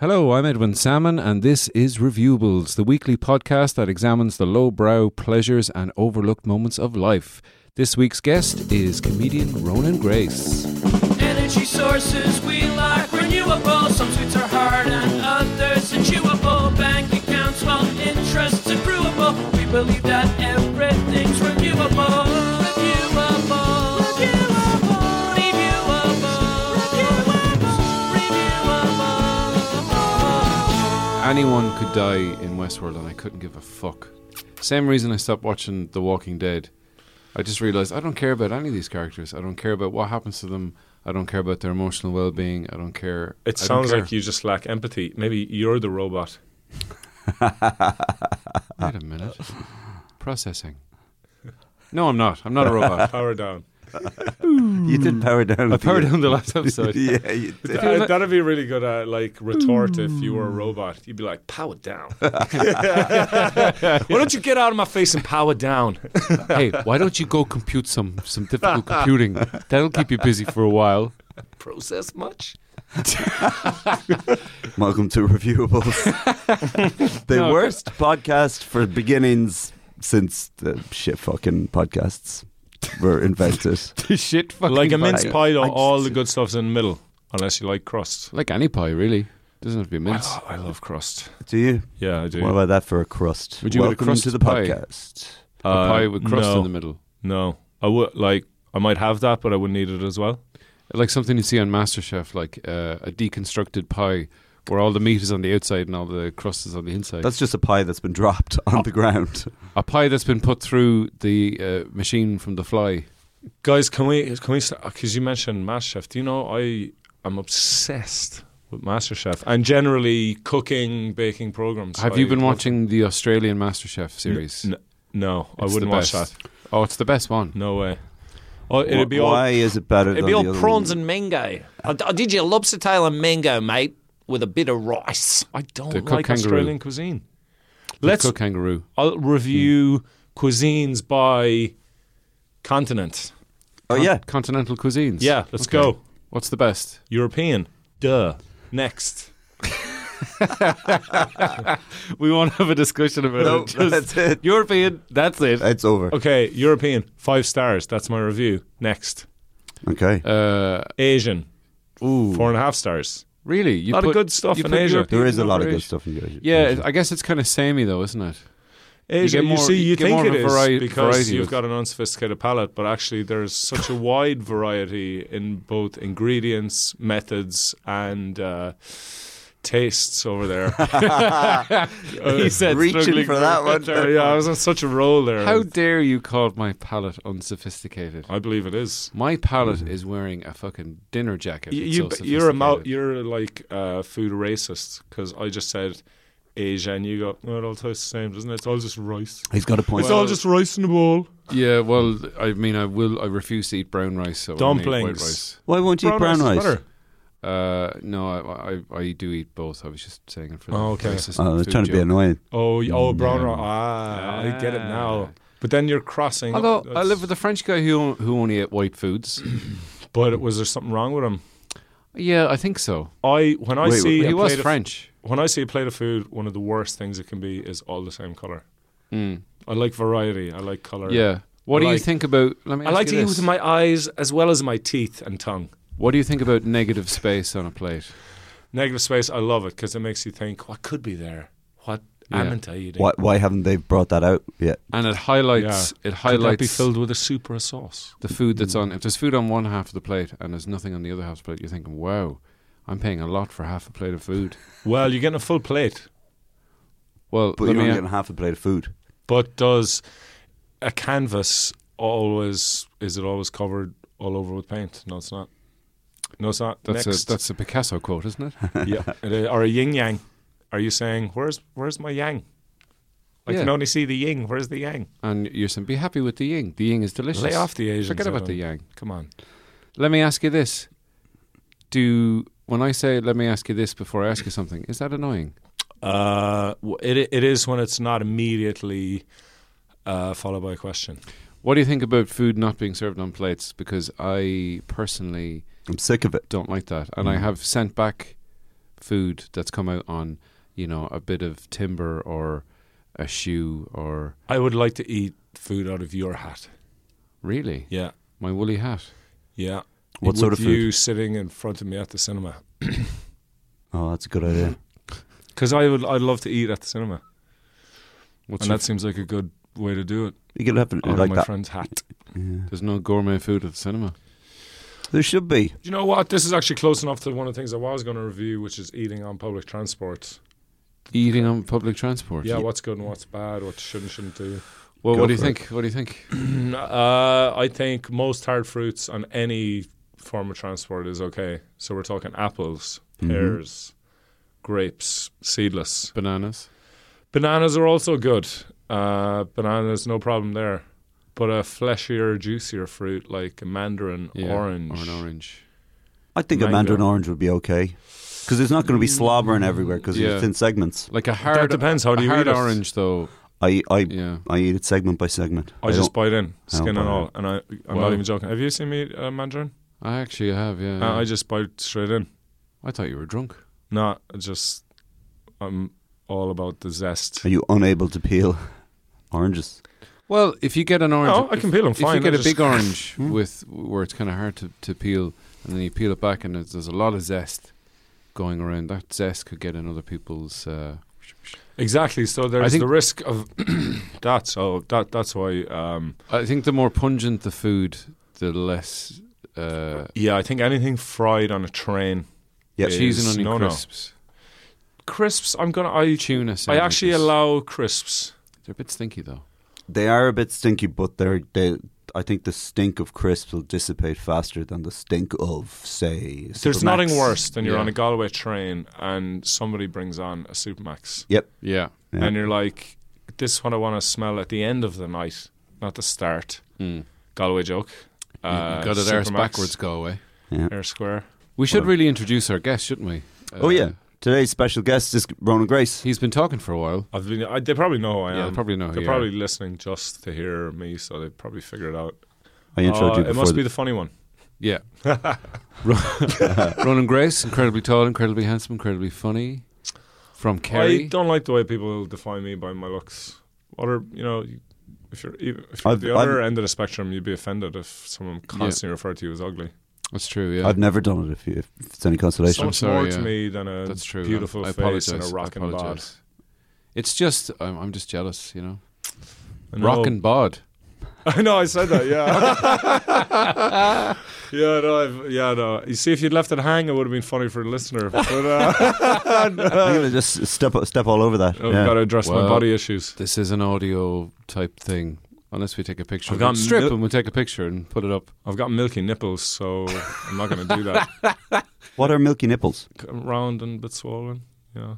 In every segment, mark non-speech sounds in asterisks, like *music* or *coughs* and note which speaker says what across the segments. Speaker 1: Hello, I'm Edwin Salmon, and this is Reviewables, the weekly podcast that examines the lowbrow pleasures and overlooked moments of life. This week's guest is comedian Ronan Grace.
Speaker 2: Energy sources we like renewable. Some sweets are hard and others are chewable. Bank accounts, well, interests accruable. We believe that everything's renewable. Reviewable. Reviewable. Reviewable.
Speaker 1: Anyone could die in Westworld, and I couldn't give a fuck. Same reason I stopped watching The Walking Dead. I just realized I don't care about any of these characters. I don't care about what happens to them. I don't care about their emotional well being. I don't care.
Speaker 3: It
Speaker 1: I don't
Speaker 3: sounds
Speaker 1: care.
Speaker 3: like you just lack empathy. Maybe you're the robot.
Speaker 1: Wait a minute. Processing. No, I'm not. I'm not a robot.
Speaker 3: Power down.
Speaker 4: You did power down.
Speaker 1: I
Speaker 4: at the
Speaker 1: powered
Speaker 4: end.
Speaker 1: down the last
Speaker 3: *laughs*
Speaker 1: episode.
Speaker 4: *laughs* Yeah, you did.
Speaker 1: feel like-
Speaker 3: That, would be really good, uh, like retort if you were a robot. You'd be like, power down. Why don't you get out of my face and power down?
Speaker 1: hey, why don't you go compute some some difficult
Speaker 3: *laughs*
Speaker 1: computing? That'll keep you busy for a while.
Speaker 3: Process much?
Speaker 4: Welcome to Reviewables, the
Speaker 1: No.
Speaker 4: worst podcast for beginnings since the shit fucking podcasts were invented.
Speaker 1: The shit fucking
Speaker 3: Like a
Speaker 1: pie.
Speaker 3: mince pie, though,
Speaker 4: I-
Speaker 3: all the good stuff's in the middle, unless you like crust.
Speaker 1: Like any pie, really. Doesn't have to be mince.
Speaker 3: Oh, I love crust.
Speaker 4: Do you?
Speaker 3: Yeah, I do.
Speaker 4: What about that for a crust?
Speaker 1: Would you want a
Speaker 4: Welcome
Speaker 1: crust
Speaker 4: to the
Speaker 1: pie?
Speaker 4: podcast.
Speaker 1: A
Speaker 3: Uh,
Speaker 1: pie with crust
Speaker 3: no,
Speaker 1: in the middle.
Speaker 3: No, I would like. I might have that, but I wouldn't need it as well.
Speaker 1: Like something you see on MasterChef, like uh, a deconstructed pie where all the meat is on the outside and all the crust is on the inside.
Speaker 4: That's just a pie that's been dropped *laughs* on the ground.
Speaker 1: a pie that's been put through the uh, machine from the fly.
Speaker 3: Guys, can we can we because you mentioned MasterChef. Do you know I am obsessed with MasterChef and generally cooking baking programs.
Speaker 1: Have
Speaker 3: I
Speaker 1: you been
Speaker 3: love-
Speaker 1: watching the Australian MasterChef series?
Speaker 3: N- no, I
Speaker 1: It's
Speaker 3: wouldn't
Speaker 1: the
Speaker 3: watch that.
Speaker 1: best. Oh, it's the best one.
Speaker 3: No way. Oh,
Speaker 4: Why
Speaker 3: it'd be all.
Speaker 4: is it better
Speaker 2: It'd
Speaker 4: than
Speaker 2: be
Speaker 4: the
Speaker 2: all
Speaker 4: other
Speaker 2: prawns
Speaker 4: one?
Speaker 2: and mango. I, I did you a lobster tail and mango, mate, with a bit of rice.
Speaker 3: I don't
Speaker 1: They cook
Speaker 3: like
Speaker 1: kangaroo.
Speaker 3: Australian cuisine.
Speaker 1: They
Speaker 3: Let's.
Speaker 1: cook Hmm. kangaroo.
Speaker 3: I'll review cuisines by continent.
Speaker 4: Oh yeah,
Speaker 1: Continental cuisines.
Speaker 3: Yeah, let's
Speaker 1: Okay.
Speaker 3: go.
Speaker 1: What's the best?
Speaker 3: European. Duh. Next.
Speaker 1: We won't have a discussion about
Speaker 4: No,
Speaker 1: it. *laughs* Just
Speaker 4: *laughs* that's it.
Speaker 3: *laughs*
Speaker 1: European, that's it.
Speaker 4: it's over.
Speaker 3: Okay, European. Five stars. That's my review. Next.
Speaker 4: Okay,
Speaker 1: Uh,
Speaker 3: Asian.
Speaker 1: ooh,
Speaker 3: Four and a half stars.
Speaker 1: really? You
Speaker 3: lot of
Speaker 1: put-
Speaker 3: good stuff
Speaker 1: you
Speaker 3: in
Speaker 1: put
Speaker 3: Asia.
Speaker 1: European
Speaker 4: there is a lot of
Speaker 1: over
Speaker 4: good
Speaker 1: Asia.
Speaker 4: stuff in Asia.
Speaker 1: Yeah, I guess it's kind of samey though, isn't it?
Speaker 3: Asia,
Speaker 1: get
Speaker 3: you,
Speaker 1: more-
Speaker 3: see,
Speaker 1: you
Speaker 3: you
Speaker 1: get more
Speaker 3: think
Speaker 1: of
Speaker 3: it
Speaker 1: a
Speaker 3: is
Speaker 1: vari-
Speaker 3: because
Speaker 1: variety
Speaker 3: you've
Speaker 1: of-
Speaker 3: got an unsophisticated palate, but actually there's such a wide variety in both ingredients, methods, and uh, tastes over there.
Speaker 1: *laughs*
Speaker 3: *laughs*
Speaker 1: he said
Speaker 4: reaching
Speaker 1: struggling
Speaker 4: for that one.
Speaker 3: Uh, *laughs* yeah, I was on such a roll there.
Speaker 1: How dare you call my palate unsophisticated?
Speaker 3: I believe it is.
Speaker 1: My palate
Speaker 4: Mm-hmm.
Speaker 1: is wearing a fucking dinner jacket.
Speaker 3: You,
Speaker 1: It's
Speaker 3: you,
Speaker 1: so
Speaker 3: you're a mou-
Speaker 1: sophisticated.
Speaker 3: you're like uh, food racist because I just said Asia, and you go, no, it all tastes the same, doesn't it? It's all just rice.
Speaker 4: he's got a point.
Speaker 3: it's all just rice in the bowl.
Speaker 1: Yeah, well, I mean, I will. I refuse to eat brown rice. So I only eat white
Speaker 3: Dumplings.
Speaker 1: rice.
Speaker 4: Why won't you eat brown
Speaker 3: is
Speaker 4: rice?
Speaker 3: better.
Speaker 1: Uh, no, I, I I do eat both. I was just saying it for the
Speaker 3: Oh, okay.
Speaker 1: racist
Speaker 4: Oh, they're
Speaker 1: food
Speaker 4: trying to be
Speaker 1: joke.
Speaker 4: annoying.
Speaker 3: Oh, y- oh, brown rice. Ah, I get it now. But then you're crossing.
Speaker 1: Although I
Speaker 3: that's-
Speaker 1: live with a French guy who who only ate white foods.
Speaker 3: But was there something wrong with him?
Speaker 1: yeah, I think so.
Speaker 3: I when I
Speaker 4: Wait,
Speaker 3: see
Speaker 1: He
Speaker 3: a
Speaker 1: was
Speaker 3: plate of-
Speaker 1: French.
Speaker 3: when I see a plate of food, one of the worst things it can be is all the same color. I like variety. I like color.
Speaker 1: Yeah. What do you
Speaker 3: Like-
Speaker 1: think about? Let me
Speaker 3: I
Speaker 1: ask
Speaker 3: like
Speaker 1: you
Speaker 3: to eat
Speaker 1: this.
Speaker 3: with my eyes as well as my teeth and tongue.
Speaker 1: What do you think about negative space on a plate?
Speaker 3: Negative space, I love it because it makes you think what could be there. What haven't I eating?
Speaker 4: Why, why haven't they brought that out yet?
Speaker 1: And it highlights it
Speaker 3: Could that be
Speaker 1: highlights
Speaker 3: filled Mm. with a soup or a sauce?
Speaker 1: the food that's on. If there's food on one half of the plate and there's nothing on the other half of the plate, you're thinking, "Wow, I'm paying a lot for half a plate of
Speaker 3: *laughs*
Speaker 1: food."
Speaker 3: Well, you're getting a full plate.
Speaker 1: Well,
Speaker 4: But
Speaker 1: let
Speaker 4: you're
Speaker 1: me
Speaker 4: only
Speaker 1: a-
Speaker 4: getting half a plate of food.
Speaker 3: But does a canvas always is it always covered all over with paint? No, it's not. No, it's not.
Speaker 1: that's
Speaker 3: Next.
Speaker 1: a
Speaker 3: *laughs*
Speaker 1: that's a Picasso quote, isn't it?
Speaker 3: yeah. It is- or a yin yang. Are you saying where's where's my yang? I can
Speaker 1: Yeah.
Speaker 3: only see the yin. Where's the yang?
Speaker 1: and you're saying, "Be happy with the yin. The yin is delicious."
Speaker 3: Lay off the Asians.
Speaker 1: Forget about the
Speaker 3: Evan.
Speaker 1: yang.
Speaker 3: Come on.
Speaker 1: Let me ask you this: Do when I say "let me ask you this" before I ask you something, is that annoying?
Speaker 3: Uh, w- it it is when it's not immediately uh, followed by a question.
Speaker 1: What do you think about food not being served on plates? Because I personally
Speaker 4: I'm sick of it.
Speaker 3: Mm.
Speaker 1: don't like that, and I have sent back food that's come out on, you know, a bit of timber or a shoe or
Speaker 3: I would like to eat food out of your hat.
Speaker 1: really
Speaker 3: Yeah,
Speaker 1: my woolly hat.
Speaker 3: yeah.
Speaker 4: What
Speaker 3: With
Speaker 4: sort of food?
Speaker 3: you sitting in front of me at the cinema?
Speaker 4: Oh, that's a good
Speaker 3: *laughs*
Speaker 4: idea.
Speaker 3: Because I would, I'd love to eat at the cinema,
Speaker 1: What's
Speaker 3: and
Speaker 1: your,
Speaker 3: that seems like a good way to do it.
Speaker 4: You could have it
Speaker 3: Out of
Speaker 4: like
Speaker 3: Oh, my
Speaker 4: that.
Speaker 3: friend's hat.
Speaker 4: Yeah.
Speaker 1: there's no gourmet food at the cinema.
Speaker 4: There should be.
Speaker 3: Do you know what? This is actually close enough to one of the things I was going to review, which is eating on public transport.
Speaker 1: Eating on public transport.
Speaker 3: Yeah, what's good and what's bad, what you should and shouldn't do.
Speaker 1: Well,
Speaker 4: Go
Speaker 1: what do you
Speaker 4: for it.
Speaker 1: think? What do you think?
Speaker 4: Mm.
Speaker 3: uh, I think most hard fruits on any form of transport is okay. So we're talking apples,
Speaker 4: Mhm.
Speaker 3: pears, grapes, seedless.
Speaker 1: Bananas.
Speaker 3: Bananas are also good. Uh, bananas, no problem there. But a fleshier, juicier fruit like a mandarin,
Speaker 1: Yeah,
Speaker 3: orange.
Speaker 1: Or an orange.
Speaker 4: I think a
Speaker 3: Mango.
Speaker 4: mandarin orange would be okay because it's not going to be slobbering everywhere because
Speaker 1: Yeah.
Speaker 4: it's in segments.
Speaker 1: Like a
Speaker 3: That
Speaker 1: hard.
Speaker 3: depends. How
Speaker 1: a
Speaker 3: do you
Speaker 1: hard
Speaker 3: eat it?
Speaker 1: orange, though.
Speaker 4: I I
Speaker 1: Yeah.
Speaker 4: I eat it segment by segment.
Speaker 3: I, just
Speaker 4: don't-
Speaker 3: bite in, skin
Speaker 4: buy
Speaker 3: and
Speaker 4: it.
Speaker 3: all, and I, I'm
Speaker 1: Wow.
Speaker 3: not even joking. Have you seen me eat a mandarin?
Speaker 1: I actually have. Yeah.
Speaker 3: Uh,
Speaker 1: yeah.
Speaker 3: I just bite straight in.
Speaker 1: I thought you were drunk.
Speaker 3: Not just. I'm all about the zest.
Speaker 4: are you unable to peel *laughs* oranges?
Speaker 1: Well, if you get an orange,
Speaker 3: No, I can peel them
Speaker 1: if
Speaker 3: fine.
Speaker 1: you get
Speaker 3: I
Speaker 1: a
Speaker 3: just- *laughs* Hmm?
Speaker 1: big orange with where it's kind of hard to, to peel, and then you peel it back, and it's, there's a lot of zest going around. That zest could get in other people's. Uh,
Speaker 3: Exactly. So
Speaker 1: I
Speaker 3: there's
Speaker 1: think-
Speaker 3: the risk of *clears throat* that. So that that's why. Um,
Speaker 1: I think the more pungent the food, the less uh,
Speaker 3: yeah, I think anything fried on a train,
Speaker 4: Yeah,
Speaker 3: It
Speaker 1: cheese and
Speaker 3: is-
Speaker 1: onion
Speaker 3: no, no.
Speaker 1: crisps,
Speaker 3: crisps. I'm gonna. I
Speaker 1: tuna.
Speaker 3: I actually
Speaker 1: sandwiches.
Speaker 3: allow crisps.
Speaker 1: They're a bit stinky though.
Speaker 4: they are a bit stinky, but they're they. I think the stink of crisps will dissipate faster than the stink of say.
Speaker 3: There's
Speaker 4: Supermax.
Speaker 3: nothing worse than you're
Speaker 1: Yeah.
Speaker 3: on a Galway train and somebody brings on a Supermax,
Speaker 4: Yep.
Speaker 1: Yeah.
Speaker 4: Yeah.
Speaker 3: and you're like, "This is what I want to smell at the end of the night, not the start."
Speaker 1: Mm.
Speaker 3: Galway joke.
Speaker 1: You-
Speaker 3: Uh,
Speaker 1: you got it arse
Speaker 3: Supermax,
Speaker 1: backwards. Go away.
Speaker 3: Air square.
Speaker 1: We should
Speaker 4: Well-
Speaker 1: really introduce our guest, shouldn't we?
Speaker 4: oh
Speaker 1: Uh,
Speaker 4: yeah.
Speaker 3: Um,
Speaker 4: Today's special guest is Ronan Grace.
Speaker 1: He's been talking for a while.
Speaker 3: I've been. I, they probably know who I
Speaker 1: Yeah,
Speaker 3: am.
Speaker 1: they probably know who
Speaker 3: They're
Speaker 1: you
Speaker 3: probably listening just to hear me, so they probably figure it out.
Speaker 4: I introed
Speaker 3: Uh,
Speaker 4: you
Speaker 3: it
Speaker 4: before.
Speaker 3: must be
Speaker 4: the-
Speaker 3: the funny one.
Speaker 1: Yeah. Ron- Ronan Grace, incredibly tall, incredibly handsome, incredibly funny. From
Speaker 3: I
Speaker 1: Kerry.
Speaker 3: don't like the way people define me by my looks. Other, you know, if you're, even- if you're
Speaker 4: I've-
Speaker 3: at the other end of the spectrum, you'd be offended if someone constantly referred to you as ugly.
Speaker 1: That's true, yeah.
Speaker 4: I've never done it. If, you, if it's any
Speaker 3: So
Speaker 4: consolation,
Speaker 1: I'm
Speaker 3: much
Speaker 1: sorry,
Speaker 3: more to
Speaker 1: yeah.
Speaker 3: me than a
Speaker 1: That's true.
Speaker 3: beautiful
Speaker 1: I, I
Speaker 3: face and a
Speaker 1: apologize.
Speaker 3: rock
Speaker 1: I
Speaker 3: and bod.
Speaker 1: apologize. It's just, I'm, I'm just jealous, you know.
Speaker 3: I know.
Speaker 1: Rock and bod.
Speaker 3: *laughs* I know. I said that.
Speaker 1: *laughs*
Speaker 3: Yeah. yeah. No. I've, yeah. No. You see, if you'd left it hang, it would have been funny for the listener. But
Speaker 1: *laughs*
Speaker 3: uh, *laughs*
Speaker 4: I'm gonna just step step all over that.
Speaker 3: I've
Speaker 4: Yeah.
Speaker 3: Oh, got to address
Speaker 1: Well,
Speaker 3: my body issues.
Speaker 1: This is an audio type thing. Unless we take a picture.
Speaker 3: I've
Speaker 1: We'll
Speaker 3: got
Speaker 1: strip
Speaker 3: mil-
Speaker 1: and we'll take a picture and put it up.
Speaker 3: I've got milky nipples, so I'm not going to do that. *laughs*
Speaker 4: What are milky nipples?
Speaker 3: Round and a bit swollen. Yeah.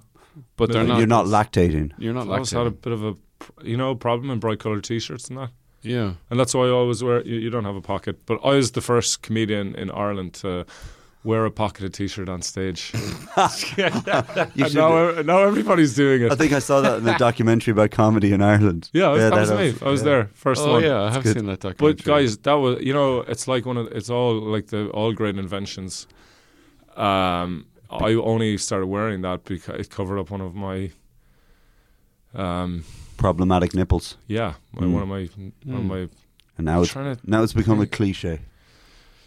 Speaker 1: But they're
Speaker 3: Mil-
Speaker 1: not.
Speaker 4: You're not lactating.
Speaker 1: You're not
Speaker 3: I always had a
Speaker 1: lactating.
Speaker 3: bit of a, pr- you know, problem in bright colored t-shirts and that,
Speaker 1: Yeah.
Speaker 3: and that's why I always wear. You, you don't have a pocket, but I was the first comedian in Ireland to wear a pocketed t-shirt on stage.
Speaker 4: *laughs*
Speaker 3: *laughs*
Speaker 4: You
Speaker 3: and now, ev- now everybody's doing
Speaker 4: I
Speaker 3: it.
Speaker 4: think I saw that
Speaker 3: *laughs*
Speaker 4: in the documentary about comedy in Ireland.
Speaker 3: Yeah, that was me. I was
Speaker 4: yeah.
Speaker 3: there first
Speaker 1: Oh
Speaker 3: one.
Speaker 1: yeah, I have
Speaker 4: good.
Speaker 1: seen that documentary.
Speaker 3: But guys, that was you know, it's like one of it's all like the all great inventions. Um, I only started wearing that because it covered up one of my, um,
Speaker 4: Problematic nipples,
Speaker 3: yeah, my,
Speaker 4: Mm.
Speaker 3: one of my one of
Speaker 1: Mm.
Speaker 3: my.
Speaker 4: and now it's
Speaker 3: trying to
Speaker 4: now it's
Speaker 3: *laughs*
Speaker 4: become a cliche.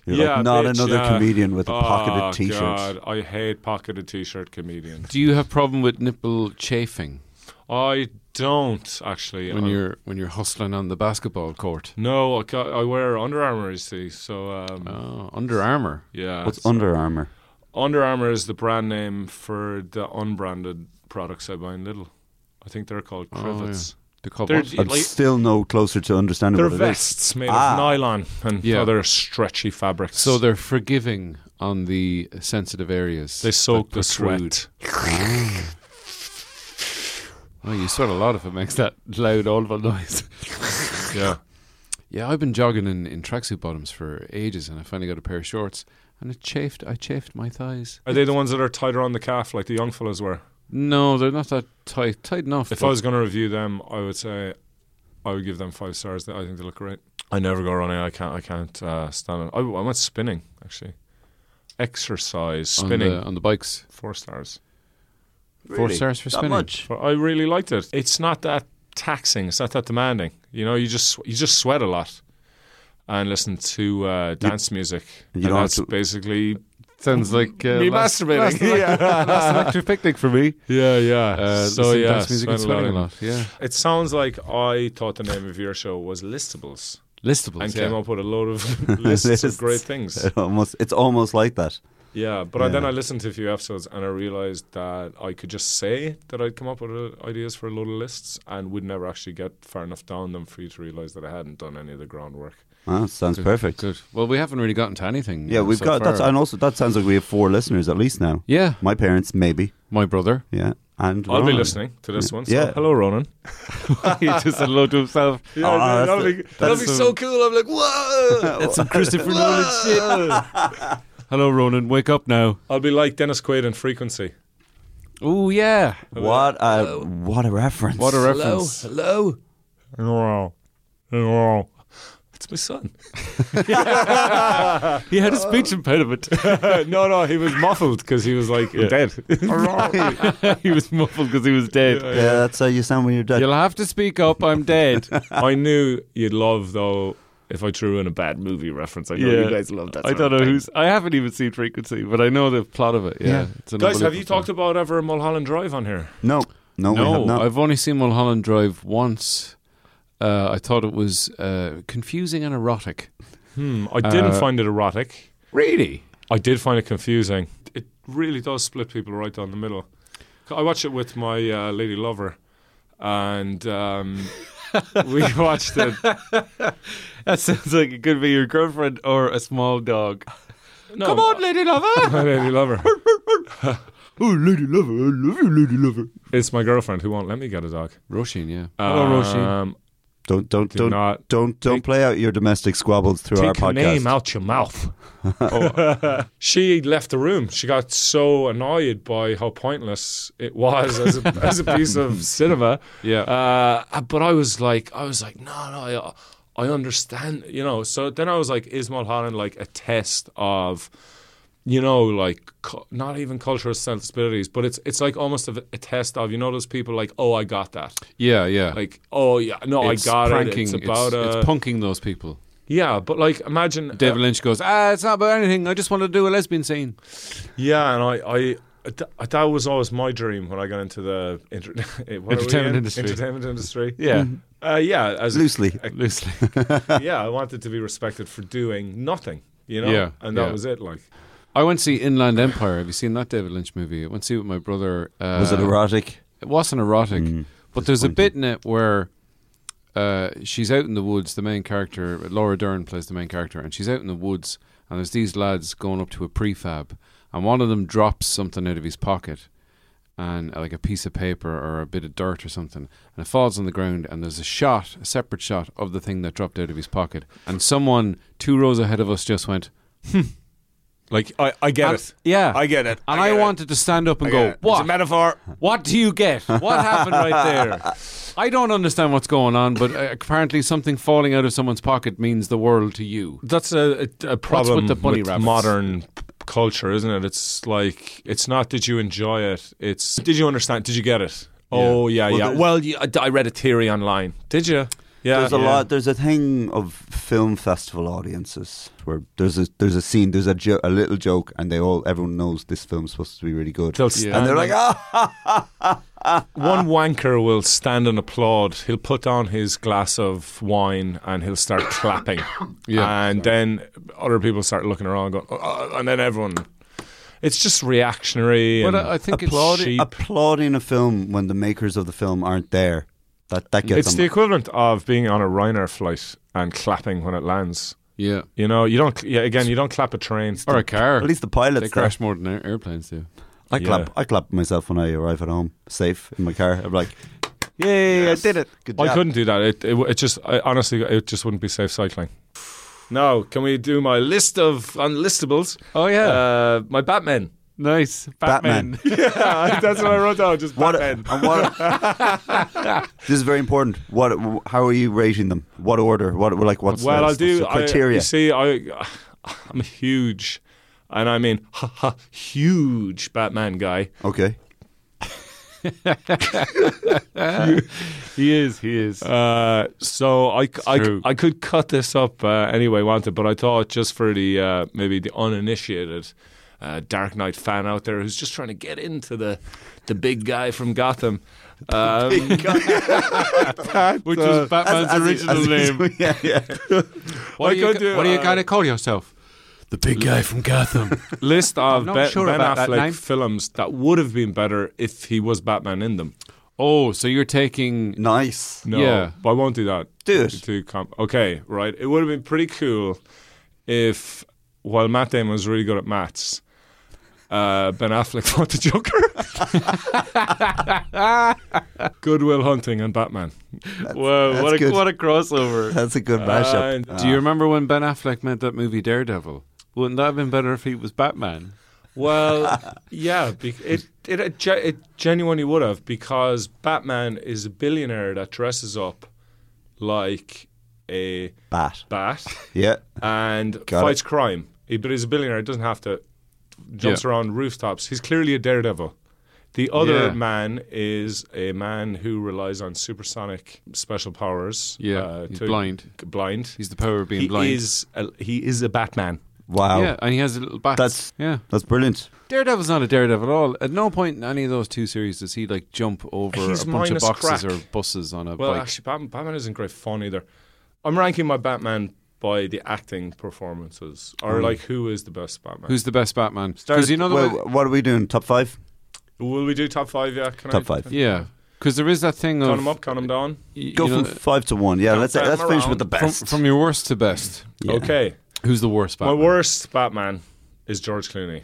Speaker 4: You're
Speaker 3: Yeah,
Speaker 4: like not
Speaker 3: bitch,
Speaker 4: another
Speaker 3: yeah.
Speaker 4: comedian with a
Speaker 3: Oh,
Speaker 4: pocketed T-shirt.
Speaker 3: God, I hate pocketed t-shirt comedians.
Speaker 1: do you have problem with nipple chafing
Speaker 3: I don't actually.
Speaker 1: when
Speaker 3: I-
Speaker 1: you're when you're hustling on the basketball court?
Speaker 3: no, I, ca- I wear Under Armour. You see, so um,
Speaker 1: Oh, Under Armour.
Speaker 3: yeah.
Speaker 4: What's
Speaker 3: What's
Speaker 4: Under Armour?
Speaker 3: Under Armour is the brand name for the unbranded products I buy in Little. I think they're called
Speaker 1: Oh, yeah.
Speaker 3: Crivets.
Speaker 1: The cop.
Speaker 3: They're,
Speaker 4: I'm
Speaker 3: like,
Speaker 4: still no closer to understanding
Speaker 3: they're
Speaker 4: what it is.
Speaker 3: vests made
Speaker 4: Ah.
Speaker 3: of nylon and
Speaker 1: Yeah.
Speaker 3: other stretchy fabrics.
Speaker 1: So they're forgiving on the sensitive areas.
Speaker 3: they soak
Speaker 1: that
Speaker 3: the
Speaker 1: protrude.
Speaker 3: sweat.
Speaker 1: Oh, you sweat a lot if it makes that loud, audible noise.
Speaker 3: Yeah.
Speaker 1: *laughs* yeah, I've been jogging in, in tracksuit bottoms for ages, and I finally got a pair of shorts, and it chafed. I chafed my thighs.
Speaker 3: Are they the ones that are tighter on the calf like the young fellas wear?
Speaker 1: No, they're not that tight. Tight enough.
Speaker 3: If
Speaker 1: but-
Speaker 3: I was going to review them, I would say I would give them five stars. I think they look great. I never go running. I can't. I can't uh, stand it. I, I went spinning actually. Exercise
Speaker 1: on
Speaker 3: spinning
Speaker 1: Oh, the, on the bikes,
Speaker 3: four stars.
Speaker 1: Four stars for
Speaker 4: that
Speaker 1: spinning.
Speaker 4: much. *laughs*
Speaker 3: For- I really liked it. It's not that taxing. It's not that demanding. You know, you just you just sweat a lot and listen to uh, dance music.
Speaker 4: you
Speaker 3: and
Speaker 4: don't have
Speaker 3: that's
Speaker 4: to-
Speaker 3: basically
Speaker 1: Sounds like uh,
Speaker 3: me
Speaker 1: last, *laughs*
Speaker 3: masturbating. yeah.
Speaker 1: last electric picnic for me.
Speaker 3: yeah, yeah.
Speaker 1: Uh,
Speaker 3: so yeah,
Speaker 1: dance music and
Speaker 3: spent a lot
Speaker 1: sweating a
Speaker 3: of-
Speaker 1: lot. Yeah,
Speaker 3: It sounds like I thought the name of your show was Listables
Speaker 1: listables.
Speaker 3: and
Speaker 1: yeah.
Speaker 3: came up with a load of *laughs* lists of
Speaker 4: Lists.
Speaker 3: great
Speaker 4: *laughs*
Speaker 3: things.
Speaker 4: It almost, it's almost like that.
Speaker 3: Yeah, but I, then
Speaker 4: Yeah.
Speaker 3: I listened to a few episodes and I realized that I could just say that I'd come up with uh, ideas for a load of lists and would never actually get far enough down them for you to realize that I hadn't done any of the groundwork.
Speaker 4: Ah, sounds
Speaker 1: Good,
Speaker 4: perfect.
Speaker 1: Good. Well, we haven't really gotten to anything.
Speaker 4: Yeah,
Speaker 1: uh,
Speaker 4: we've
Speaker 1: so
Speaker 4: got that's
Speaker 1: far.
Speaker 4: and also that sounds like we have four listeners at least now.
Speaker 1: yeah,
Speaker 4: My parents, maybe.
Speaker 1: my
Speaker 3: *laughs*
Speaker 1: brother.
Speaker 4: Yeah, and
Speaker 3: I'll be
Speaker 4: Ronan.
Speaker 3: listening to this one. So
Speaker 4: Yeah.
Speaker 3: hello, Ronan.
Speaker 1: he just said hello to himself.
Speaker 3: Yeah,
Speaker 4: Oh, that's
Speaker 3: that'll
Speaker 4: the-
Speaker 3: be, that'll be
Speaker 4: that's
Speaker 3: so
Speaker 4: the-
Speaker 3: cool. I'm like, whoa!
Speaker 1: That's some Christopher Nolan shit. hello, Ronan. Wake up now.
Speaker 3: I'll be like Dennis Quaid in Frequency.
Speaker 1: Oh yeah.
Speaker 4: What a what a reference!
Speaker 1: What a reference.
Speaker 3: hello. Hello. Hello. It's my *laughs* son.
Speaker 1: He had a speech impediment. *laughs*
Speaker 3: no, no, he was muffled because he was like uh, dead. *laughs*
Speaker 4: *laughs*
Speaker 1: he was muffled because he was dead.
Speaker 4: yeah, that's how you sound when you're dead.
Speaker 1: You'll have to speak up. I'm dead.
Speaker 3: *laughs* I knew you'd love though if I threw in a bad movie reference. I know you guys love that.
Speaker 1: I
Speaker 3: sort of
Speaker 1: don't know
Speaker 3: thing.
Speaker 1: who's. I haven't even seen Frequency, but I know the plot of it. Yeah.
Speaker 4: Yeah.
Speaker 1: It's an
Speaker 3: Guys, have you
Speaker 1: unbelievable
Speaker 3: talked about ever Mulholland Drive on here?
Speaker 4: No, no, we have
Speaker 1: No,
Speaker 4: not.
Speaker 1: I've only seen Mulholland Drive once. Uh, I thought it was uh, confusing and erotic.
Speaker 3: Hmm, I didn't
Speaker 1: Uh,
Speaker 3: find it erotic.
Speaker 1: Really?
Speaker 3: I did find it confusing. It really does split people right down the middle. I watched it with my uh, lady lover, and *laughs* um, we watched *laughs* it.
Speaker 1: That sounds like it could be your girlfriend or a small dog.
Speaker 3: No,
Speaker 1: Come on, lady lover.
Speaker 3: my lady lover.
Speaker 1: *laughs* oh, lady lover, I love you, lady lover.
Speaker 3: It's my girlfriend who won't let me get a dog.
Speaker 1: Roisin, yeah.
Speaker 3: um,
Speaker 1: Hello, Roisin.
Speaker 4: don't don't
Speaker 3: Do
Speaker 4: don't
Speaker 3: not
Speaker 4: don't don't
Speaker 3: take-
Speaker 4: play out your domestic squabbles through our
Speaker 3: Take your
Speaker 4: podcast.
Speaker 3: name out your
Speaker 1: *laughs*
Speaker 3: mouth. Oh. she left the room. She got so annoyed by how pointless it was
Speaker 1: *laughs*
Speaker 3: as a, as a piece of cinema.
Speaker 1: Yeah.
Speaker 3: Uh, but I was like, I was like, no, no, I, I understand, you know. So then I was like, is Mulholland like a test of, you know, like cu- not even cultural sensibilities, but it's it's like almost a, a test of, you know, those people like, oh, I got that,
Speaker 1: yeah, yeah.
Speaker 3: like, oh yeah, no,
Speaker 1: It's
Speaker 3: I got
Speaker 1: pranking.
Speaker 3: it. It's about uh,
Speaker 1: it's,
Speaker 3: a
Speaker 1: it's punking those people.
Speaker 3: yeah, but like imagine
Speaker 1: David Lynch goes, ah, it's not about anything. I just want to do a lesbian scene.
Speaker 3: Yeah, and I, I, th- that was always my dream when I got into the inter- *laughs* what are we
Speaker 1: Entertainment
Speaker 3: in?
Speaker 1: industry.
Speaker 3: Entertainment industry.
Speaker 1: Yeah,
Speaker 3: Uh, yeah, as
Speaker 4: Loosely,
Speaker 1: loosely.
Speaker 4: *laughs*
Speaker 3: yeah, I wanted to be respected for doing nothing, you know.
Speaker 1: Yeah,
Speaker 3: and that
Speaker 1: yeah.
Speaker 3: was it. Like,
Speaker 1: *laughs* I went to see Inland Empire. Have you seen that David Lynch movie? I went to see it with my brother. Uh,
Speaker 4: was it erotic?
Speaker 1: It wasn't erotic, but there's a bit in it where uh, she's out in the woods. The main character, Laura Dern, plays the main character, and she's out in the woods, and there's these lads going up to a prefab, and one of them drops something out of his pocket, and uh, like a piece of paper or a bit of dirt or something, and it falls on the ground, and there's a shot, a separate shot of the thing that dropped out of his pocket, and someone two rows ahead of us just went,
Speaker 3: like I, I get
Speaker 1: and- yeah,
Speaker 3: get it,
Speaker 1: and I, wanted to stand up and go, what?
Speaker 3: metaphor.
Speaker 1: What do you get? What happened right
Speaker 4: *laughs*
Speaker 1: there? I don't understand what's going on, but uh, apparently something falling out of someone's pocket means the world to you.
Speaker 3: That's a, a, a problem
Speaker 1: with
Speaker 3: with,
Speaker 1: the bunny rabbits?
Speaker 3: modern p- culture, isn't it? It's like it's not did you enjoy it? It's did you understand? Did you get it? Oh yeah,
Speaker 4: Well,
Speaker 3: yeah.
Speaker 4: there's-
Speaker 3: Well, you, I, I read a theory online. Did you? Yeah,
Speaker 4: There's a
Speaker 3: yeah.
Speaker 4: lot. There's a thing of film festival audiences where there's a there's a scene, there's a jo- a little joke, and they all everyone knows this film's supposed to be really good,
Speaker 3: They'll
Speaker 4: and
Speaker 3: stand
Speaker 4: they're like, ah,
Speaker 3: One wanker will stand and applaud. He'll put on his glass of wine and
Speaker 1: *coughs*
Speaker 3: he'll start clapping.
Speaker 1: Yeah.
Speaker 3: and then other people start looking around, going, "Oh," and then everyone. It's just reactionary.
Speaker 1: But
Speaker 3: and
Speaker 1: I, I think it's
Speaker 3: applauding-
Speaker 1: cheap.
Speaker 4: applauding a film when the makers of the film aren't there. That that gets
Speaker 3: It's the
Speaker 4: them.
Speaker 3: equivalent of being on a Ryanair flight and clapping when it lands.
Speaker 1: Yeah,
Speaker 3: You know, you don't. Yeah, again, you don't clap a train.
Speaker 1: or a car.
Speaker 4: at least the pilots
Speaker 1: they
Speaker 4: there.
Speaker 1: crash more than air- airplanes do.
Speaker 4: I clap.
Speaker 3: Yeah.
Speaker 4: I clap myself when I arrive at home, safe in my car. I'm *laughs* like, yay, I did it. Good job.
Speaker 3: I couldn't do that. It, it, it just I, honestly, it just wouldn't be safe cycling. Now, can we do my list of unlistables?
Speaker 1: Oh yeah,
Speaker 3: Uh, my Batman.
Speaker 1: nice
Speaker 4: Batman.
Speaker 1: *laughs*
Speaker 3: yeah, *laughs* that's what I wrote down. Just
Speaker 4: What?
Speaker 3: Batman.
Speaker 4: and what *laughs* this is very important. What? How are you rating them? What order? What? Like what's?
Speaker 3: well,
Speaker 4: the,
Speaker 3: I'll do
Speaker 4: the
Speaker 3: I-
Speaker 4: criteria.
Speaker 3: you see, I, I'm a *laughs* huge, and I mean, huge Batman guy.
Speaker 4: okay.
Speaker 1: he is. He is.
Speaker 3: Uh, so I, c- I c-
Speaker 1: true.
Speaker 3: I could cut this up uh, any way I wanted, but I thought just for the uh, maybe the uninitiated uh, Dark Knight fan out there who's just trying to get into the the big guy
Speaker 1: *laughs*
Speaker 3: from Gotham, um, *laughs* uh,
Speaker 1: Which
Speaker 4: Uh,
Speaker 1: was Batman's original
Speaker 4: *laughs*
Speaker 1: name.
Speaker 4: yeah, yeah.
Speaker 1: What,
Speaker 3: I
Speaker 1: do you,
Speaker 3: could
Speaker 1: ca-
Speaker 3: do,
Speaker 1: what do you
Speaker 3: uh,
Speaker 1: gotta call yourself? The big guy from Gotham.
Speaker 3: list of
Speaker 1: not
Speaker 3: Be-
Speaker 1: sure
Speaker 3: Ben
Speaker 1: about that
Speaker 3: Affleck
Speaker 1: name.
Speaker 3: films that would have been better if he was Batman in them.
Speaker 1: oh, so you're taking
Speaker 4: Nice.
Speaker 3: No,
Speaker 1: Yeah.
Speaker 3: but I won't do that.
Speaker 4: Do it.
Speaker 3: Too com- okay, right. It would have been pretty cool if, while Matt Damon was really good at maths, uh, Ben Affleck *laughs* fought the
Speaker 1: *laughs*
Speaker 3: Joker. Goodwill Hunting and Batman.
Speaker 1: whoa!
Speaker 4: that's what a- good. what
Speaker 1: a
Speaker 4: *laughs*
Speaker 1: crossover.
Speaker 4: That's a good mashup.
Speaker 3: And-
Speaker 1: do you remember when Ben Affleck made that movie Daredevil? Wouldn't that have been better if he was Batman?
Speaker 4: Uh, *laughs*
Speaker 3: Well, yeah, be- it, it it ge- it genuinely would have because Batman is a billionaire that dresses up like a
Speaker 4: Bat.
Speaker 3: bat.
Speaker 4: *laughs* Yeah.
Speaker 3: and
Speaker 4: Got
Speaker 3: fights crime. He, but he's a billionaire. He doesn't have to jumps
Speaker 1: Yeah.
Speaker 3: around rooftops. He's clearly a daredevil. The other
Speaker 1: Yeah.
Speaker 3: man is a man who relies on supersonic special powers. uh,
Speaker 1: Yeah, he's blind.
Speaker 3: Blind.
Speaker 1: He's the power of being
Speaker 3: he
Speaker 1: blind.
Speaker 3: is a, he is a Batman.
Speaker 4: Wow.
Speaker 1: Yeah, and he has a little bat.
Speaker 4: That's-
Speaker 1: yeah.
Speaker 4: That's brilliant.
Speaker 1: Daredevil's not a daredevil at all. At no point in any of those two series does he like jump over
Speaker 3: He's
Speaker 1: a bunch of
Speaker 3: minus
Speaker 1: boxes
Speaker 3: crack.
Speaker 1: or buses on a
Speaker 3: Well,
Speaker 1: bike.
Speaker 3: actually, Batman, Batman isn't great fun either. I'm ranking my Batman by the acting performances,
Speaker 4: Mm.
Speaker 3: or like who is the best Batman?
Speaker 1: Who's the best Batman? Because you know the
Speaker 4: Well,
Speaker 1: way-
Speaker 4: what are we doing? Top five?
Speaker 3: Will we do top five? Yeah, can
Speaker 4: Top
Speaker 3: I
Speaker 4: five.
Speaker 1: yeah, because there is that thing
Speaker 3: Count
Speaker 1: of
Speaker 3: them up, count them down.
Speaker 1: y-
Speaker 4: Go
Speaker 1: you know,
Speaker 4: from five to one. Yeah, let's
Speaker 3: turn
Speaker 4: let's finish
Speaker 3: around.
Speaker 4: with the
Speaker 1: from,
Speaker 4: best.
Speaker 1: from your worst to best.
Speaker 4: Yeah.
Speaker 3: Okay.
Speaker 1: Who's the worst Batman?
Speaker 3: My worst Batman is George Clooney.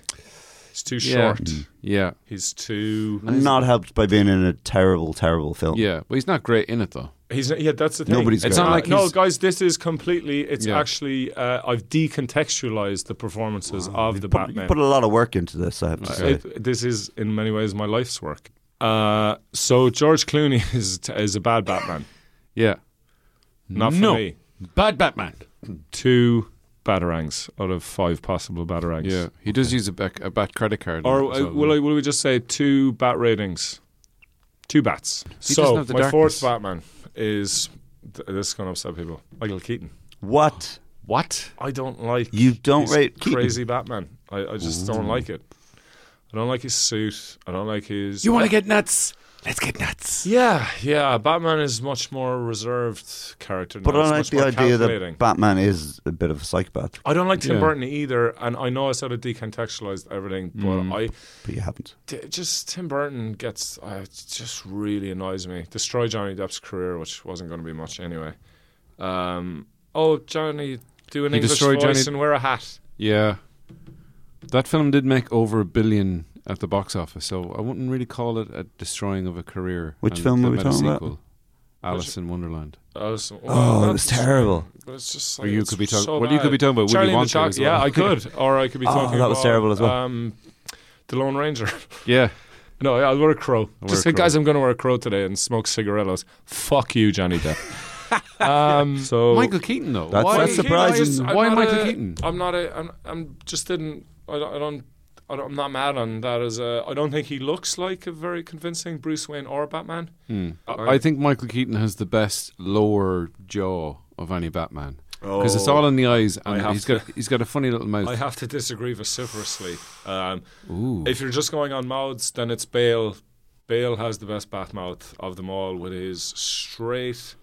Speaker 3: He's too
Speaker 1: Yeah.
Speaker 3: short.
Speaker 4: Mm.
Speaker 1: Yeah,
Speaker 3: He's too.
Speaker 4: Not helped by being in a terrible, terrible film.
Speaker 1: yeah. But he's not great in it though.
Speaker 3: He's yeah. That's the thing.
Speaker 4: Nobody's It's good. not
Speaker 3: Uh,
Speaker 1: like
Speaker 3: no,
Speaker 1: he's-
Speaker 3: guys. This is completely. It's
Speaker 1: Yeah.
Speaker 3: actually. Uh, I've decontextualized the performances of the
Speaker 4: Put,
Speaker 3: Batman.
Speaker 4: put a lot of work into this, I have to say.
Speaker 3: It- this is in many ways my life's work. Uh, so George Clooney *laughs* is is a
Speaker 1: *laughs*
Speaker 3: bad Batman.
Speaker 1: Yeah,
Speaker 3: Not for
Speaker 1: No.
Speaker 3: me.
Speaker 1: bad Batman.
Speaker 3: Two batarangs out of five possible batarangs.
Speaker 1: Yeah, he does use a, back, a bat credit card.
Speaker 3: Or
Speaker 1: so-
Speaker 3: uh, will, I, will we just say two bat ratings? Two bats.
Speaker 1: doesn't
Speaker 3: so, my
Speaker 1: have the darkness.
Speaker 3: fourth Batman is. Th- this is going to upset people. Michael Keaton.
Speaker 4: What?
Speaker 1: what?
Speaker 3: I don't like.
Speaker 4: You don't
Speaker 3: his
Speaker 4: rate Keaton?
Speaker 3: Crazy Batman. I, I just don't like it. I don't like his suit. I don't like his.
Speaker 1: You want to get nuts? Let's get nuts.
Speaker 3: Yeah, yeah. Batman is much more reserved character.
Speaker 4: But
Speaker 3: now. It's
Speaker 4: I like
Speaker 3: much
Speaker 4: the
Speaker 3: more
Speaker 4: idea
Speaker 3: calculating.
Speaker 4: that Batman is a bit of a psychopath,
Speaker 3: I don't like Tim
Speaker 1: Yeah.
Speaker 3: Burton either, and I know I sort of decontextualized everything, but
Speaker 1: Mm.
Speaker 3: I
Speaker 4: but you haven't.
Speaker 3: T- just Tim Burton gets uh, it just really annoys me. Destroy Johnny Depp's career, which wasn't going to be much anyway. Um, oh, Johnny, do an
Speaker 1: He
Speaker 3: English
Speaker 1: destroyed
Speaker 3: voice
Speaker 1: Johnny-
Speaker 3: and wear a hat.
Speaker 1: Yeah, that film did make over a billion at the box office, so I wouldn't really call it a destroying of a career.
Speaker 4: Which
Speaker 1: And
Speaker 4: film
Speaker 1: they
Speaker 4: were we
Speaker 1: made a
Speaker 4: talking about?
Speaker 1: sequel, Alice in Wonderland.
Speaker 3: I was-
Speaker 4: Oh,
Speaker 3: well,
Speaker 4: it was
Speaker 3: that's-
Speaker 4: terrible.
Speaker 3: but It's just
Speaker 1: Or
Speaker 3: like,
Speaker 1: you
Speaker 3: it's
Speaker 1: could be talking-
Speaker 3: So
Speaker 1: well, you could be talking about Willy
Speaker 3: Charlie and the
Speaker 1: Wonka
Speaker 3: Choc-
Speaker 1: as well.
Speaker 3: Yeah, I could, or I could be
Speaker 4: *laughs* Oh,
Speaker 3: talking.
Speaker 4: that was
Speaker 3: about,
Speaker 4: terrible as well.
Speaker 3: Um, the Lone Ranger.
Speaker 1: Yeah,
Speaker 3: no, I'll wear a crow.
Speaker 1: I'll
Speaker 3: just
Speaker 1: wear a
Speaker 3: say,
Speaker 1: crow.
Speaker 3: guys, I'm going to wear a crow today and smoke cigarillos. Fuck you, Johnny Depp. um, so
Speaker 1: Michael Keaton though.
Speaker 4: That's-
Speaker 1: Why-
Speaker 3: Michael
Speaker 4: that's surprising.
Speaker 3: Keaton, I just- I'm
Speaker 1: Why
Speaker 3: not
Speaker 1: Michael
Speaker 3: a-
Speaker 1: Keaton?
Speaker 3: I'm not a. I'm, I'm just didn't. I don't. I don't I don't, I'm not mad on that. As a, I don't think he looks like a very convincing Bruce Wayne or Batman. uh,
Speaker 1: I I think Michael Keaton has the best lower jaw of any Batman because it's all in the eyes, and
Speaker 3: Oh, have
Speaker 1: he's got he's got a funny little mouth.
Speaker 3: I have to disagree vociferously. Um,
Speaker 1: Ooh.
Speaker 3: if you're just going on mouths, then it's Bale. Bale has the best bat mouth of them all, with his straight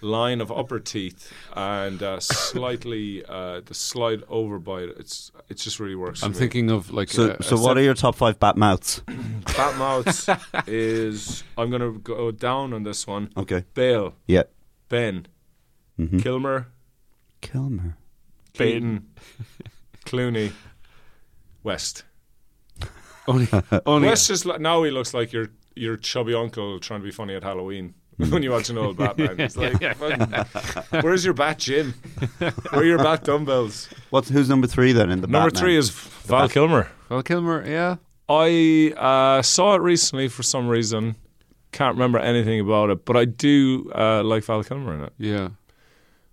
Speaker 3: line of upper teeth and uh, slightly uh, the slide over bite. It's it just really works.
Speaker 1: I'm
Speaker 3: for me. *laughs*
Speaker 1: thinking of like
Speaker 4: So,
Speaker 1: uh,
Speaker 4: so what are your top five bat mouths?
Speaker 3: Bat mouths is. I'm going to go down on this one.
Speaker 4: Okay.
Speaker 3: Bale,
Speaker 4: Yeah.
Speaker 3: Ben,
Speaker 1: Mm-hmm.
Speaker 3: Kilmer,
Speaker 4: Kilmer.
Speaker 3: Baden, Clooney, West.
Speaker 1: only, only
Speaker 3: West is like, now he looks like your your chubby uncle trying to be funny at Halloween. *laughs* when you watch an old Batman, it's like, fucking, *laughs* where's your bat gym? Where are your bat
Speaker 4: *laughs*
Speaker 3: dumbbells?
Speaker 4: What's who's number three then in the
Speaker 3: Number
Speaker 4: Batman?
Speaker 3: three is Val Kilmer.
Speaker 1: Val Kilmer. Yeah,
Speaker 3: I uh, saw it recently for some reason. Can't remember anything about it, but I do uh, like Val Kilmer in it.
Speaker 1: yeah.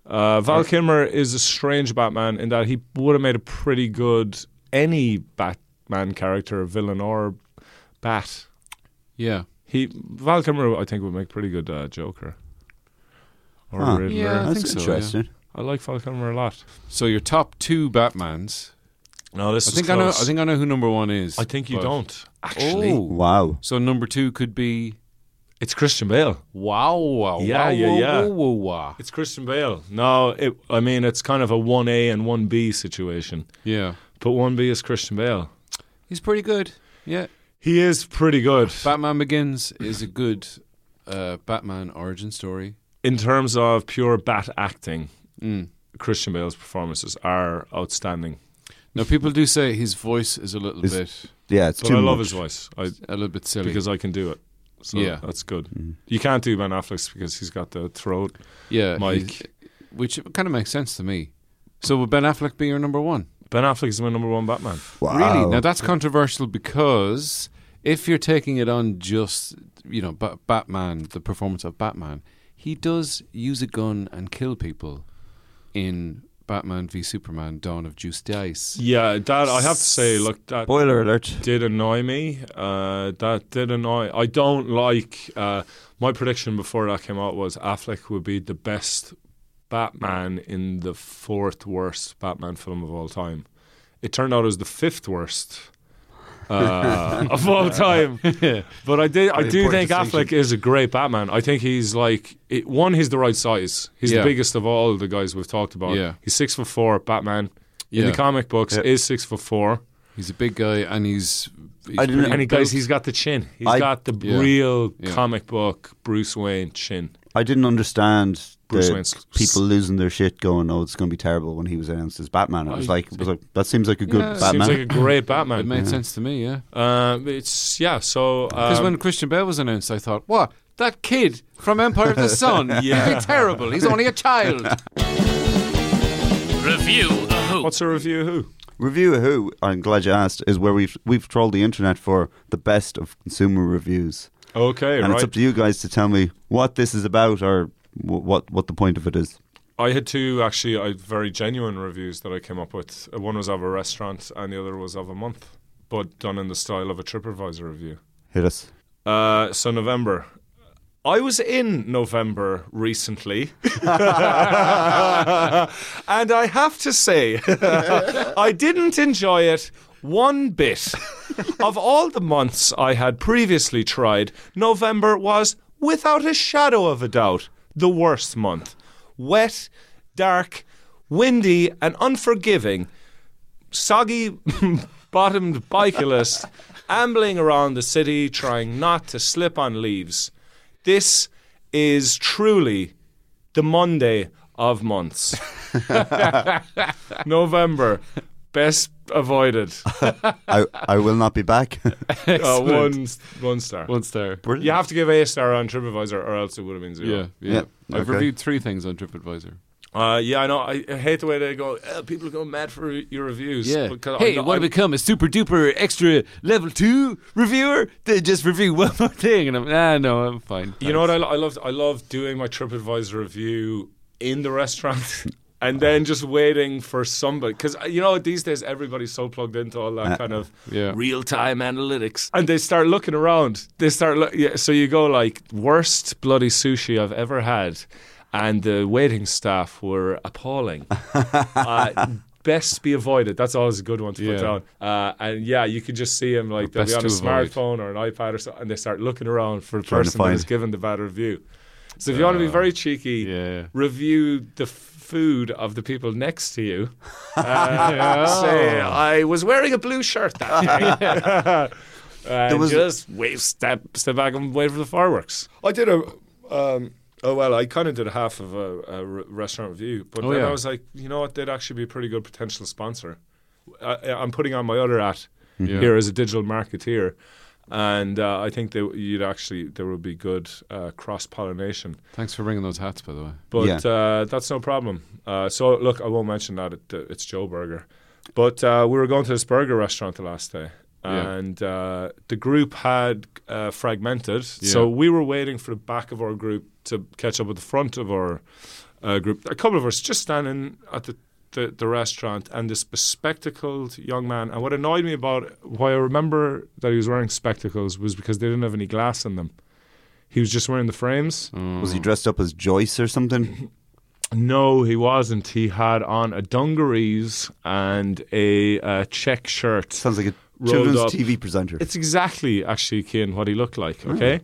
Speaker 3: Uh, Val Kilmer is a strange Batman in that he would have made a pretty good any Batman character, villain or bat.
Speaker 1: Yeah,
Speaker 3: He Val Kilmer, I think, would make pretty good uh, Joker. Or
Speaker 4: Huh.
Speaker 3: Riddler.
Speaker 1: Yeah. I
Speaker 4: That's
Speaker 1: think so, yeah.
Speaker 4: interesting.
Speaker 3: I like Val Kilmer a lot.
Speaker 1: So your top two Batmans.
Speaker 3: No, this
Speaker 1: I
Speaker 3: is
Speaker 1: think I know. I
Speaker 3: close.
Speaker 1: think I know who number one is.
Speaker 3: I think you
Speaker 1: but-
Speaker 3: don't actually.
Speaker 1: Actually.
Speaker 4: Wow.
Speaker 1: So number two could be
Speaker 3: It's Christian Bale.
Speaker 1: Wow. wow
Speaker 3: Yeah,
Speaker 1: wow,
Speaker 3: yeah,
Speaker 1: wow,
Speaker 3: yeah.
Speaker 1: Wow, wow, wow.
Speaker 3: It's Christian Bale. No, it, I mean it's kind of a one A and one B situation.
Speaker 1: Yeah,
Speaker 3: But one B is Christian Bale.
Speaker 1: he's pretty good. Yeah,
Speaker 3: He is pretty good
Speaker 1: Batman Begins is a good uh, Batman origin story.
Speaker 3: in terms of pure bat acting.
Speaker 1: Mm.
Speaker 3: Christian Bale's performances are outstanding.
Speaker 1: Now people do say his voice is a little
Speaker 4: Is-
Speaker 1: bit
Speaker 4: Yeah, it's
Speaker 3: But
Speaker 4: too
Speaker 3: I love
Speaker 4: much.
Speaker 3: his voice. I,
Speaker 1: a little bit silly.
Speaker 3: because I can do it. So
Speaker 1: Yeah. Mm-hmm.
Speaker 3: that's good. You can't do Ben Affleck's because he's got the throat
Speaker 1: yeah, he's-
Speaker 3: mic.
Speaker 1: which kind of makes sense to me. So would Ben Affleck be your number one?
Speaker 3: Ben Affleck is my number one Batman.
Speaker 4: Wow.
Speaker 1: Really? Now that's controversial because if you're taking it on just you know ba- Batman, the performance of Batman, he does use a gun and kill people in Batman v Superman: Dawn of Justice.
Speaker 3: Yeah, that I have to say, look, that
Speaker 4: Spoiler alert.
Speaker 3: did annoy me. Uh, that did annoy. I don't like. Uh, my prediction before that came out was Affleck would be the best Batman in the fourth worst Batman film of all time. It turned out it was the fifth worst.
Speaker 1: *laughs*
Speaker 3: uh, of all time, but I did. I
Speaker 4: Very
Speaker 3: do
Speaker 4: important
Speaker 3: think Affleck is a great Batman. I think he's like it, one. He's the right size. He's
Speaker 1: Yeah.
Speaker 3: the biggest of all the guys we've talked about.
Speaker 1: Yeah.
Speaker 3: He's six foot four. Batman in
Speaker 1: Yeah.
Speaker 3: the comic books
Speaker 4: Yeah.
Speaker 3: is six foot four.
Speaker 1: He's a big guy and he's. he's
Speaker 4: I didn't-
Speaker 1: pretty
Speaker 3: And he
Speaker 1: built.
Speaker 3: guys, he's got the chin. He's
Speaker 4: I-
Speaker 3: got the
Speaker 1: Yeah.
Speaker 3: real
Speaker 1: Yeah.
Speaker 3: comic book Bruce Wayne chin.
Speaker 4: I didn't understand
Speaker 3: Bruce
Speaker 4: the
Speaker 3: Wayne's-
Speaker 4: people losing their shit going, oh, it's going to be terrible when he was announced as Batman. It was
Speaker 1: I-
Speaker 4: like, it was like that seems like a good
Speaker 1: Yeah.
Speaker 4: Batman.
Speaker 3: Seems like a great
Speaker 1: It
Speaker 3: Batman.
Speaker 1: made sense to me, yeah.
Speaker 3: Um, it's yeah. So
Speaker 1: Because
Speaker 3: um,
Speaker 1: when Christian Bale was announced, I thought, what? That kid from Empire of the Sun.
Speaker 3: *laughs* Yeah.
Speaker 1: He'd be terrible. He's only a child.
Speaker 2: Review the Who.
Speaker 3: what's a review? of Who?
Speaker 4: Review of Who, I'm glad you asked, is where we've we've trolled the internet for the best of consumer reviews,
Speaker 3: Okay,
Speaker 4: and it's
Speaker 3: right.
Speaker 4: up to you guys to tell me what this is about or w- what what the point of it is.
Speaker 3: I had two actually I had very genuine reviews that I came up with. Uh, One was of a restaurant, and the other was of a month, but done in the style of a TripAdvisor review.
Speaker 4: Hit us.
Speaker 3: Uh, so November. I was in November recently. *laughs* and I have to say, *laughs* I didn't enjoy it one bit. of all the months I had previously tried, November was, without a shadow of a doubt, the worst month. Wet, dark, windy, and unforgiving soggy bottomed bicyclist ambling around the city trying not to slip on leaves. This is truly the Monday
Speaker 1: *laughs*
Speaker 3: of months. November, best
Speaker 1: *laughs*
Speaker 3: avoided.
Speaker 4: I, I will not
Speaker 3: *laughs*
Speaker 4: be back. *laughs*
Speaker 3: Uh, one, *laughs* one star.
Speaker 1: One star.
Speaker 3: you have to give a star on TripAdvisor or else it would have been zero.
Speaker 1: Yeah, yeah.
Speaker 4: Yeah,
Speaker 1: I've
Speaker 4: okay.
Speaker 1: reviewed three things on TripAdvisor.
Speaker 3: Uh, yeah, I know. I I hate the way they go. "Uh, people go mad for your reviews.
Speaker 1: uh,
Speaker 3: because I know- I-
Speaker 1: become a super duper extra level two reviewer? They just review *laughs* one more thing, and I'm ah no, I'm fine.
Speaker 3: You know what I, lo- I loved? I love doing my TripAdvisor review in the restaurant *laughs* and then just waiting for somebody. Because, you know, these days everybody's so plugged into all that kind of
Speaker 1: Uh, Yeah.
Speaker 3: real time analytics. And they start looking around. They start, look yeah, so you go like, worst bloody sushi I've ever had. And the waiting staff were
Speaker 1: *laughs*
Speaker 3: appalling. uh, Best be avoided. That's always a good one to
Speaker 1: Yeah.
Speaker 3: put down. Uh, and yeah, you could just see him like they'll be
Speaker 1: best
Speaker 3: on a
Speaker 1: to avoid.
Speaker 3: smartphone or an iPad or something, and they start looking around for a
Speaker 4: Trying to
Speaker 3: person that
Speaker 4: find-
Speaker 3: is given the bad review. So if you want to be very cheeky,
Speaker 1: yeah.
Speaker 3: review the f- food of the people next to
Speaker 4: *laughs*
Speaker 3: you. Uh, Say, I was wearing a blue shirt
Speaker 4: *laughs*
Speaker 3: that day. and
Speaker 4: was-
Speaker 3: just wait, step, step back and wait for the fireworks. I did a, um, oh well, I kind of did half of a, a re- restaurant review, but
Speaker 1: Oh,
Speaker 3: then
Speaker 1: yeah.
Speaker 3: I was like, you know what, they'd actually be a pretty good potential sponsor. I, I'm putting on my other hat
Speaker 1: Yeah.
Speaker 3: here as a digital marketeer. And uh, I think that you'd actually there would be good uh, cross pollination.
Speaker 1: Thanks for bringing those hats, by the way.
Speaker 3: But
Speaker 4: Yeah.
Speaker 3: uh, that's no problem. Uh, so look, I won't mention that. It, uh, it's Joe Burger. But uh, we were going to this burger restaurant the last day,
Speaker 1: Yeah.
Speaker 3: and uh, the group had uh, fragmented. So
Speaker 1: Yeah.
Speaker 3: we were waiting for the back of our group to catch up with the front of our uh, group. A couple of us just standing at the the, the restaurant and this bespectacled young man. And what annoyed me about why I remember that he was wearing spectacles was because they didn't have any glass in them. He was just wearing the frames.
Speaker 1: Oh.
Speaker 4: Was he dressed up as Joyce or something?
Speaker 3: No, he wasn't. He had on a dungarees and a uh, check shirt.
Speaker 4: Sounds like a
Speaker 3: Rolled
Speaker 4: children's
Speaker 3: up.
Speaker 4: TV presenter.
Speaker 3: It's exactly actually Kean what he looked like. Okay,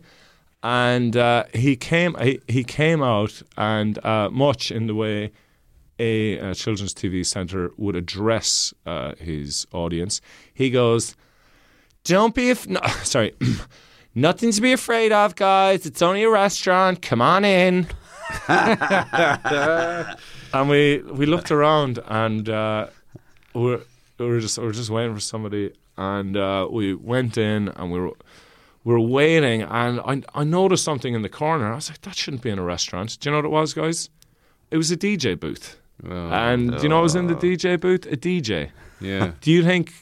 Speaker 3: and uh, he came he, he came out and uh, much in the way a, uh children's TV center would address uh, his audience. He goes, "Don't be af- no, *laughs* sorry, *clears throat* nothing to be afraid of, guys. It's only a restaurant. Come on in." and we we looked around and uh, we're, we were just we were just waiting for somebody and uh, we went in and we were we were waiting and I I noticed something in the corner. I was like, that shouldn't be in a restaurant. Do you know what it was, guys? It was a DJ booth. and do you know what was in the DJ booth? A DJ.
Speaker 1: *laughs* Yeah,
Speaker 3: Do you think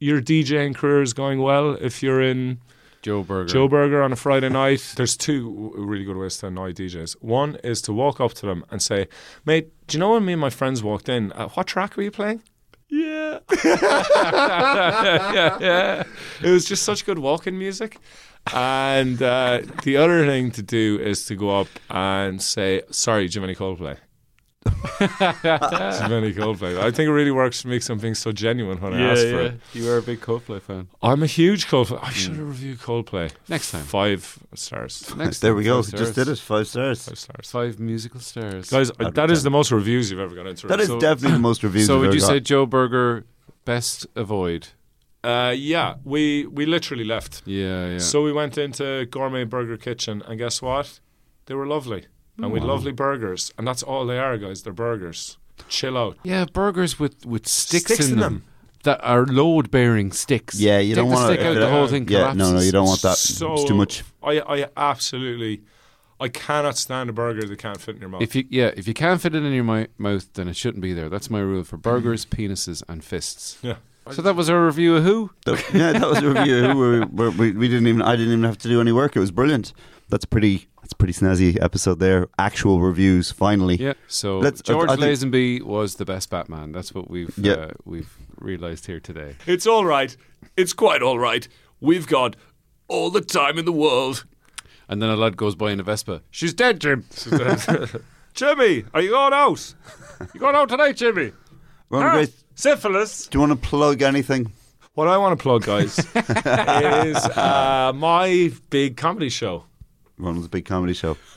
Speaker 3: your DJing career is going well if you're in
Speaker 1: Joe Burger.
Speaker 3: Joe Burger on a Friday night. There's two w- really good ways to annoy DJs. One is to walk up to them and say, "Mate, do you know when me and my friends walked in? Uh, what track were you playing?" Yeah. *laughs* yeah, yeah. It was just such good walking music. And uh, the other thing to do is to go up and say, "Sorry, Jiminy Coldplay." *laughs* Jiminy Coldplay. I think it really works to make something so genuine when I ask for it.
Speaker 1: You are a big Coldplay *laughs* fan.
Speaker 3: I'm a huge Coldplay. I
Speaker 4: Mm.
Speaker 3: should have reviewed Coldplay
Speaker 1: Next time.
Speaker 3: Five stars.
Speaker 1: Next
Speaker 4: there
Speaker 1: time,
Speaker 4: we go.
Speaker 1: five
Speaker 4: Just
Speaker 1: stars.
Speaker 4: did it. Five stars.
Speaker 3: Five stars.
Speaker 1: Five musical stars.
Speaker 3: Guys, I-
Speaker 4: That'd
Speaker 3: that
Speaker 4: be
Speaker 3: is the most reviews you've ever got into.
Speaker 4: That is
Speaker 3: So-
Speaker 4: definitely the most reviews.
Speaker 1: so
Speaker 4: we've
Speaker 1: would
Speaker 4: ever
Speaker 1: you
Speaker 4: got.
Speaker 1: say Joe Burger best avoid?
Speaker 3: Uh, yeah, we we literally left.
Speaker 1: Yeah, yeah.
Speaker 3: So we went into Gourmet Burger Kitchen, and guess what? They were lovely, and
Speaker 4: Mm.
Speaker 3: we had lovely burgers, and that's all they are, guys. They're burgers. Chill out.
Speaker 1: yeah, burgers with with sticks,
Speaker 3: Sticks
Speaker 1: in,
Speaker 3: in
Speaker 1: them. that are load bearing sticks.
Speaker 4: Yeah, you
Speaker 1: Take
Speaker 4: don't
Speaker 1: the
Speaker 4: want
Speaker 1: stick out, the whole thing
Speaker 4: Yeah, no, no,
Speaker 1: collapses.
Speaker 4: you don't want that.
Speaker 3: So
Speaker 4: it's too much.
Speaker 3: I I absolutely, I cannot stand a burger that can't fit in your mouth.
Speaker 1: If you yeah, if you can't fit it in your mi- mouth, then it shouldn't be there. That's my rule for burgers,
Speaker 3: Mm-hmm.
Speaker 1: penises, and fists.
Speaker 3: yeah.
Speaker 1: So that was our review of who? *laughs*
Speaker 4: That- yeah, that was a review. We, we, we, we didn't even. I didn't even have to do any work. It was brilliant. That's a pretty. That's a pretty snazzy episode there. Actual reviews. Finally.
Speaker 1: Yeah. So
Speaker 4: Let's- I-
Speaker 1: George
Speaker 4: I think-
Speaker 1: Lazenby was the best Batman. That's what we've
Speaker 4: Yeah.
Speaker 1: uh, we've realized here today.
Speaker 3: It's all right. It's quite all right. We've got all the time in the world.
Speaker 1: And then a lad goes by in a Vespa. She's dead, Jim.
Speaker 3: *laughs* Jimmy, are you going out? You going out tonight, Jimmy?
Speaker 4: Ronan Grace,
Speaker 3: Syphilis.
Speaker 4: do you want to plug anything?
Speaker 3: What I want to plug, guys, is uh, my big comedy show.
Speaker 4: Ronald's big comedy show, *laughs*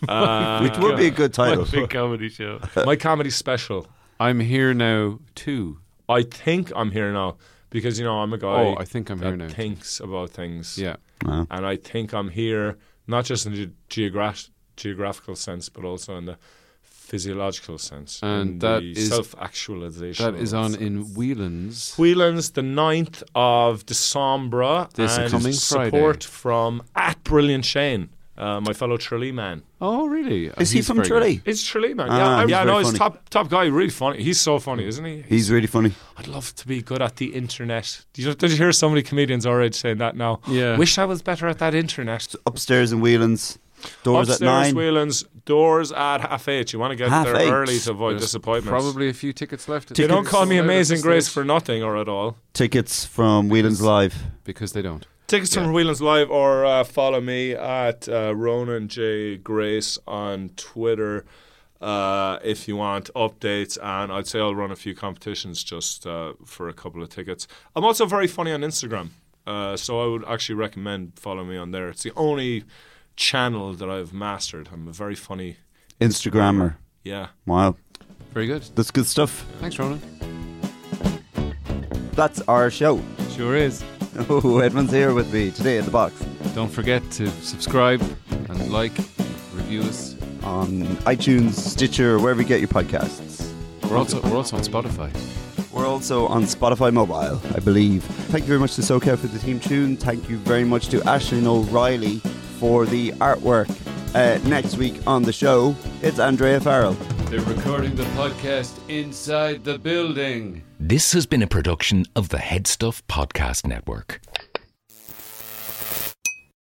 Speaker 4: which would be a good title.
Speaker 1: comedy show.
Speaker 3: My comedy special.
Speaker 1: I'm here now too.
Speaker 3: I think I'm here now because, you know, I'm a guy
Speaker 1: Oh, I think I'm
Speaker 3: that
Speaker 1: here now.
Speaker 3: thinks about things.
Speaker 1: Yeah.
Speaker 4: Wow.
Speaker 3: And I think I'm here, not just in the geograph- geographical sense, but also in the physiological sense.
Speaker 1: And
Speaker 3: in
Speaker 1: that
Speaker 3: the
Speaker 1: is-
Speaker 3: self-actualization.
Speaker 1: That is on in Whelan's.
Speaker 3: Whelan's the 9th of December.
Speaker 1: This
Speaker 3: and
Speaker 1: coming Friday.
Speaker 3: support from at Brilliant Shane, uh, my fellow Tralee man.
Speaker 1: Oh, really?
Speaker 4: Is he from Tralee?
Speaker 3: It's Tralee man.
Speaker 4: Ah,
Speaker 3: Yeah, I-
Speaker 4: he's
Speaker 3: yeah,
Speaker 4: very
Speaker 3: no, he's
Speaker 4: funny.
Speaker 3: top top guy. Really funny. He's so funny, isn't he?
Speaker 4: He's really funny.
Speaker 3: I'd love to be good at the internet. Did you, did you hear so many comedians already saying that now?
Speaker 1: Yeah.
Speaker 3: Wish I was better at that internet.
Speaker 4: Upstairs in Whelan's, doors
Speaker 3: Upstairs,
Speaker 4: at nine.
Speaker 3: Whelan's doors at half eight. You want to get
Speaker 4: Half
Speaker 3: there
Speaker 4: eight.
Speaker 3: early to avoid
Speaker 1: There's
Speaker 3: disappointments.
Speaker 1: Probably a few tickets left.
Speaker 3: They don't
Speaker 4: Tickets.
Speaker 3: call me
Speaker 1: Out at
Speaker 3: Amazing
Speaker 1: the
Speaker 3: Grace
Speaker 1: stage.
Speaker 3: for nothing or at all.
Speaker 4: Tickets from Whelan's Live.
Speaker 1: because they don't.
Speaker 3: Tickets from Whelan's Live or uh, follow me at uh, Ronan J Grace on Twitter uh, if you want updates. And I'd say I'll run a few competitions just uh, for a couple of tickets. I'm also very funny on Instagram, uh, so I would actually recommend following me on there. It's the only channel that I've mastered. I'm a very funny,
Speaker 4: Instagrammer.
Speaker 3: yeah.
Speaker 4: Wow,
Speaker 1: Very good.
Speaker 4: that's good stuff.
Speaker 1: Thanks, Ronan.
Speaker 4: That's our show.
Speaker 1: Sure is.
Speaker 4: Oh, Edmund's here with me today in the box
Speaker 1: Don't forget to subscribe and like, review us.
Speaker 4: on iTunes, Stitcher, wherever you get your podcasts.
Speaker 1: We're also we're also on Spotify.
Speaker 4: We're also on Spotify Mobile, I believe. Thank you very much to SoCal for the team tune. Thank you very much to Ashley O'Reilly for the artwork. Uh, next week on the show, it's Andrea Farrell.
Speaker 1: They're recording the podcast inside the building.
Speaker 5: This has been a production of the Headstuff Podcast Network.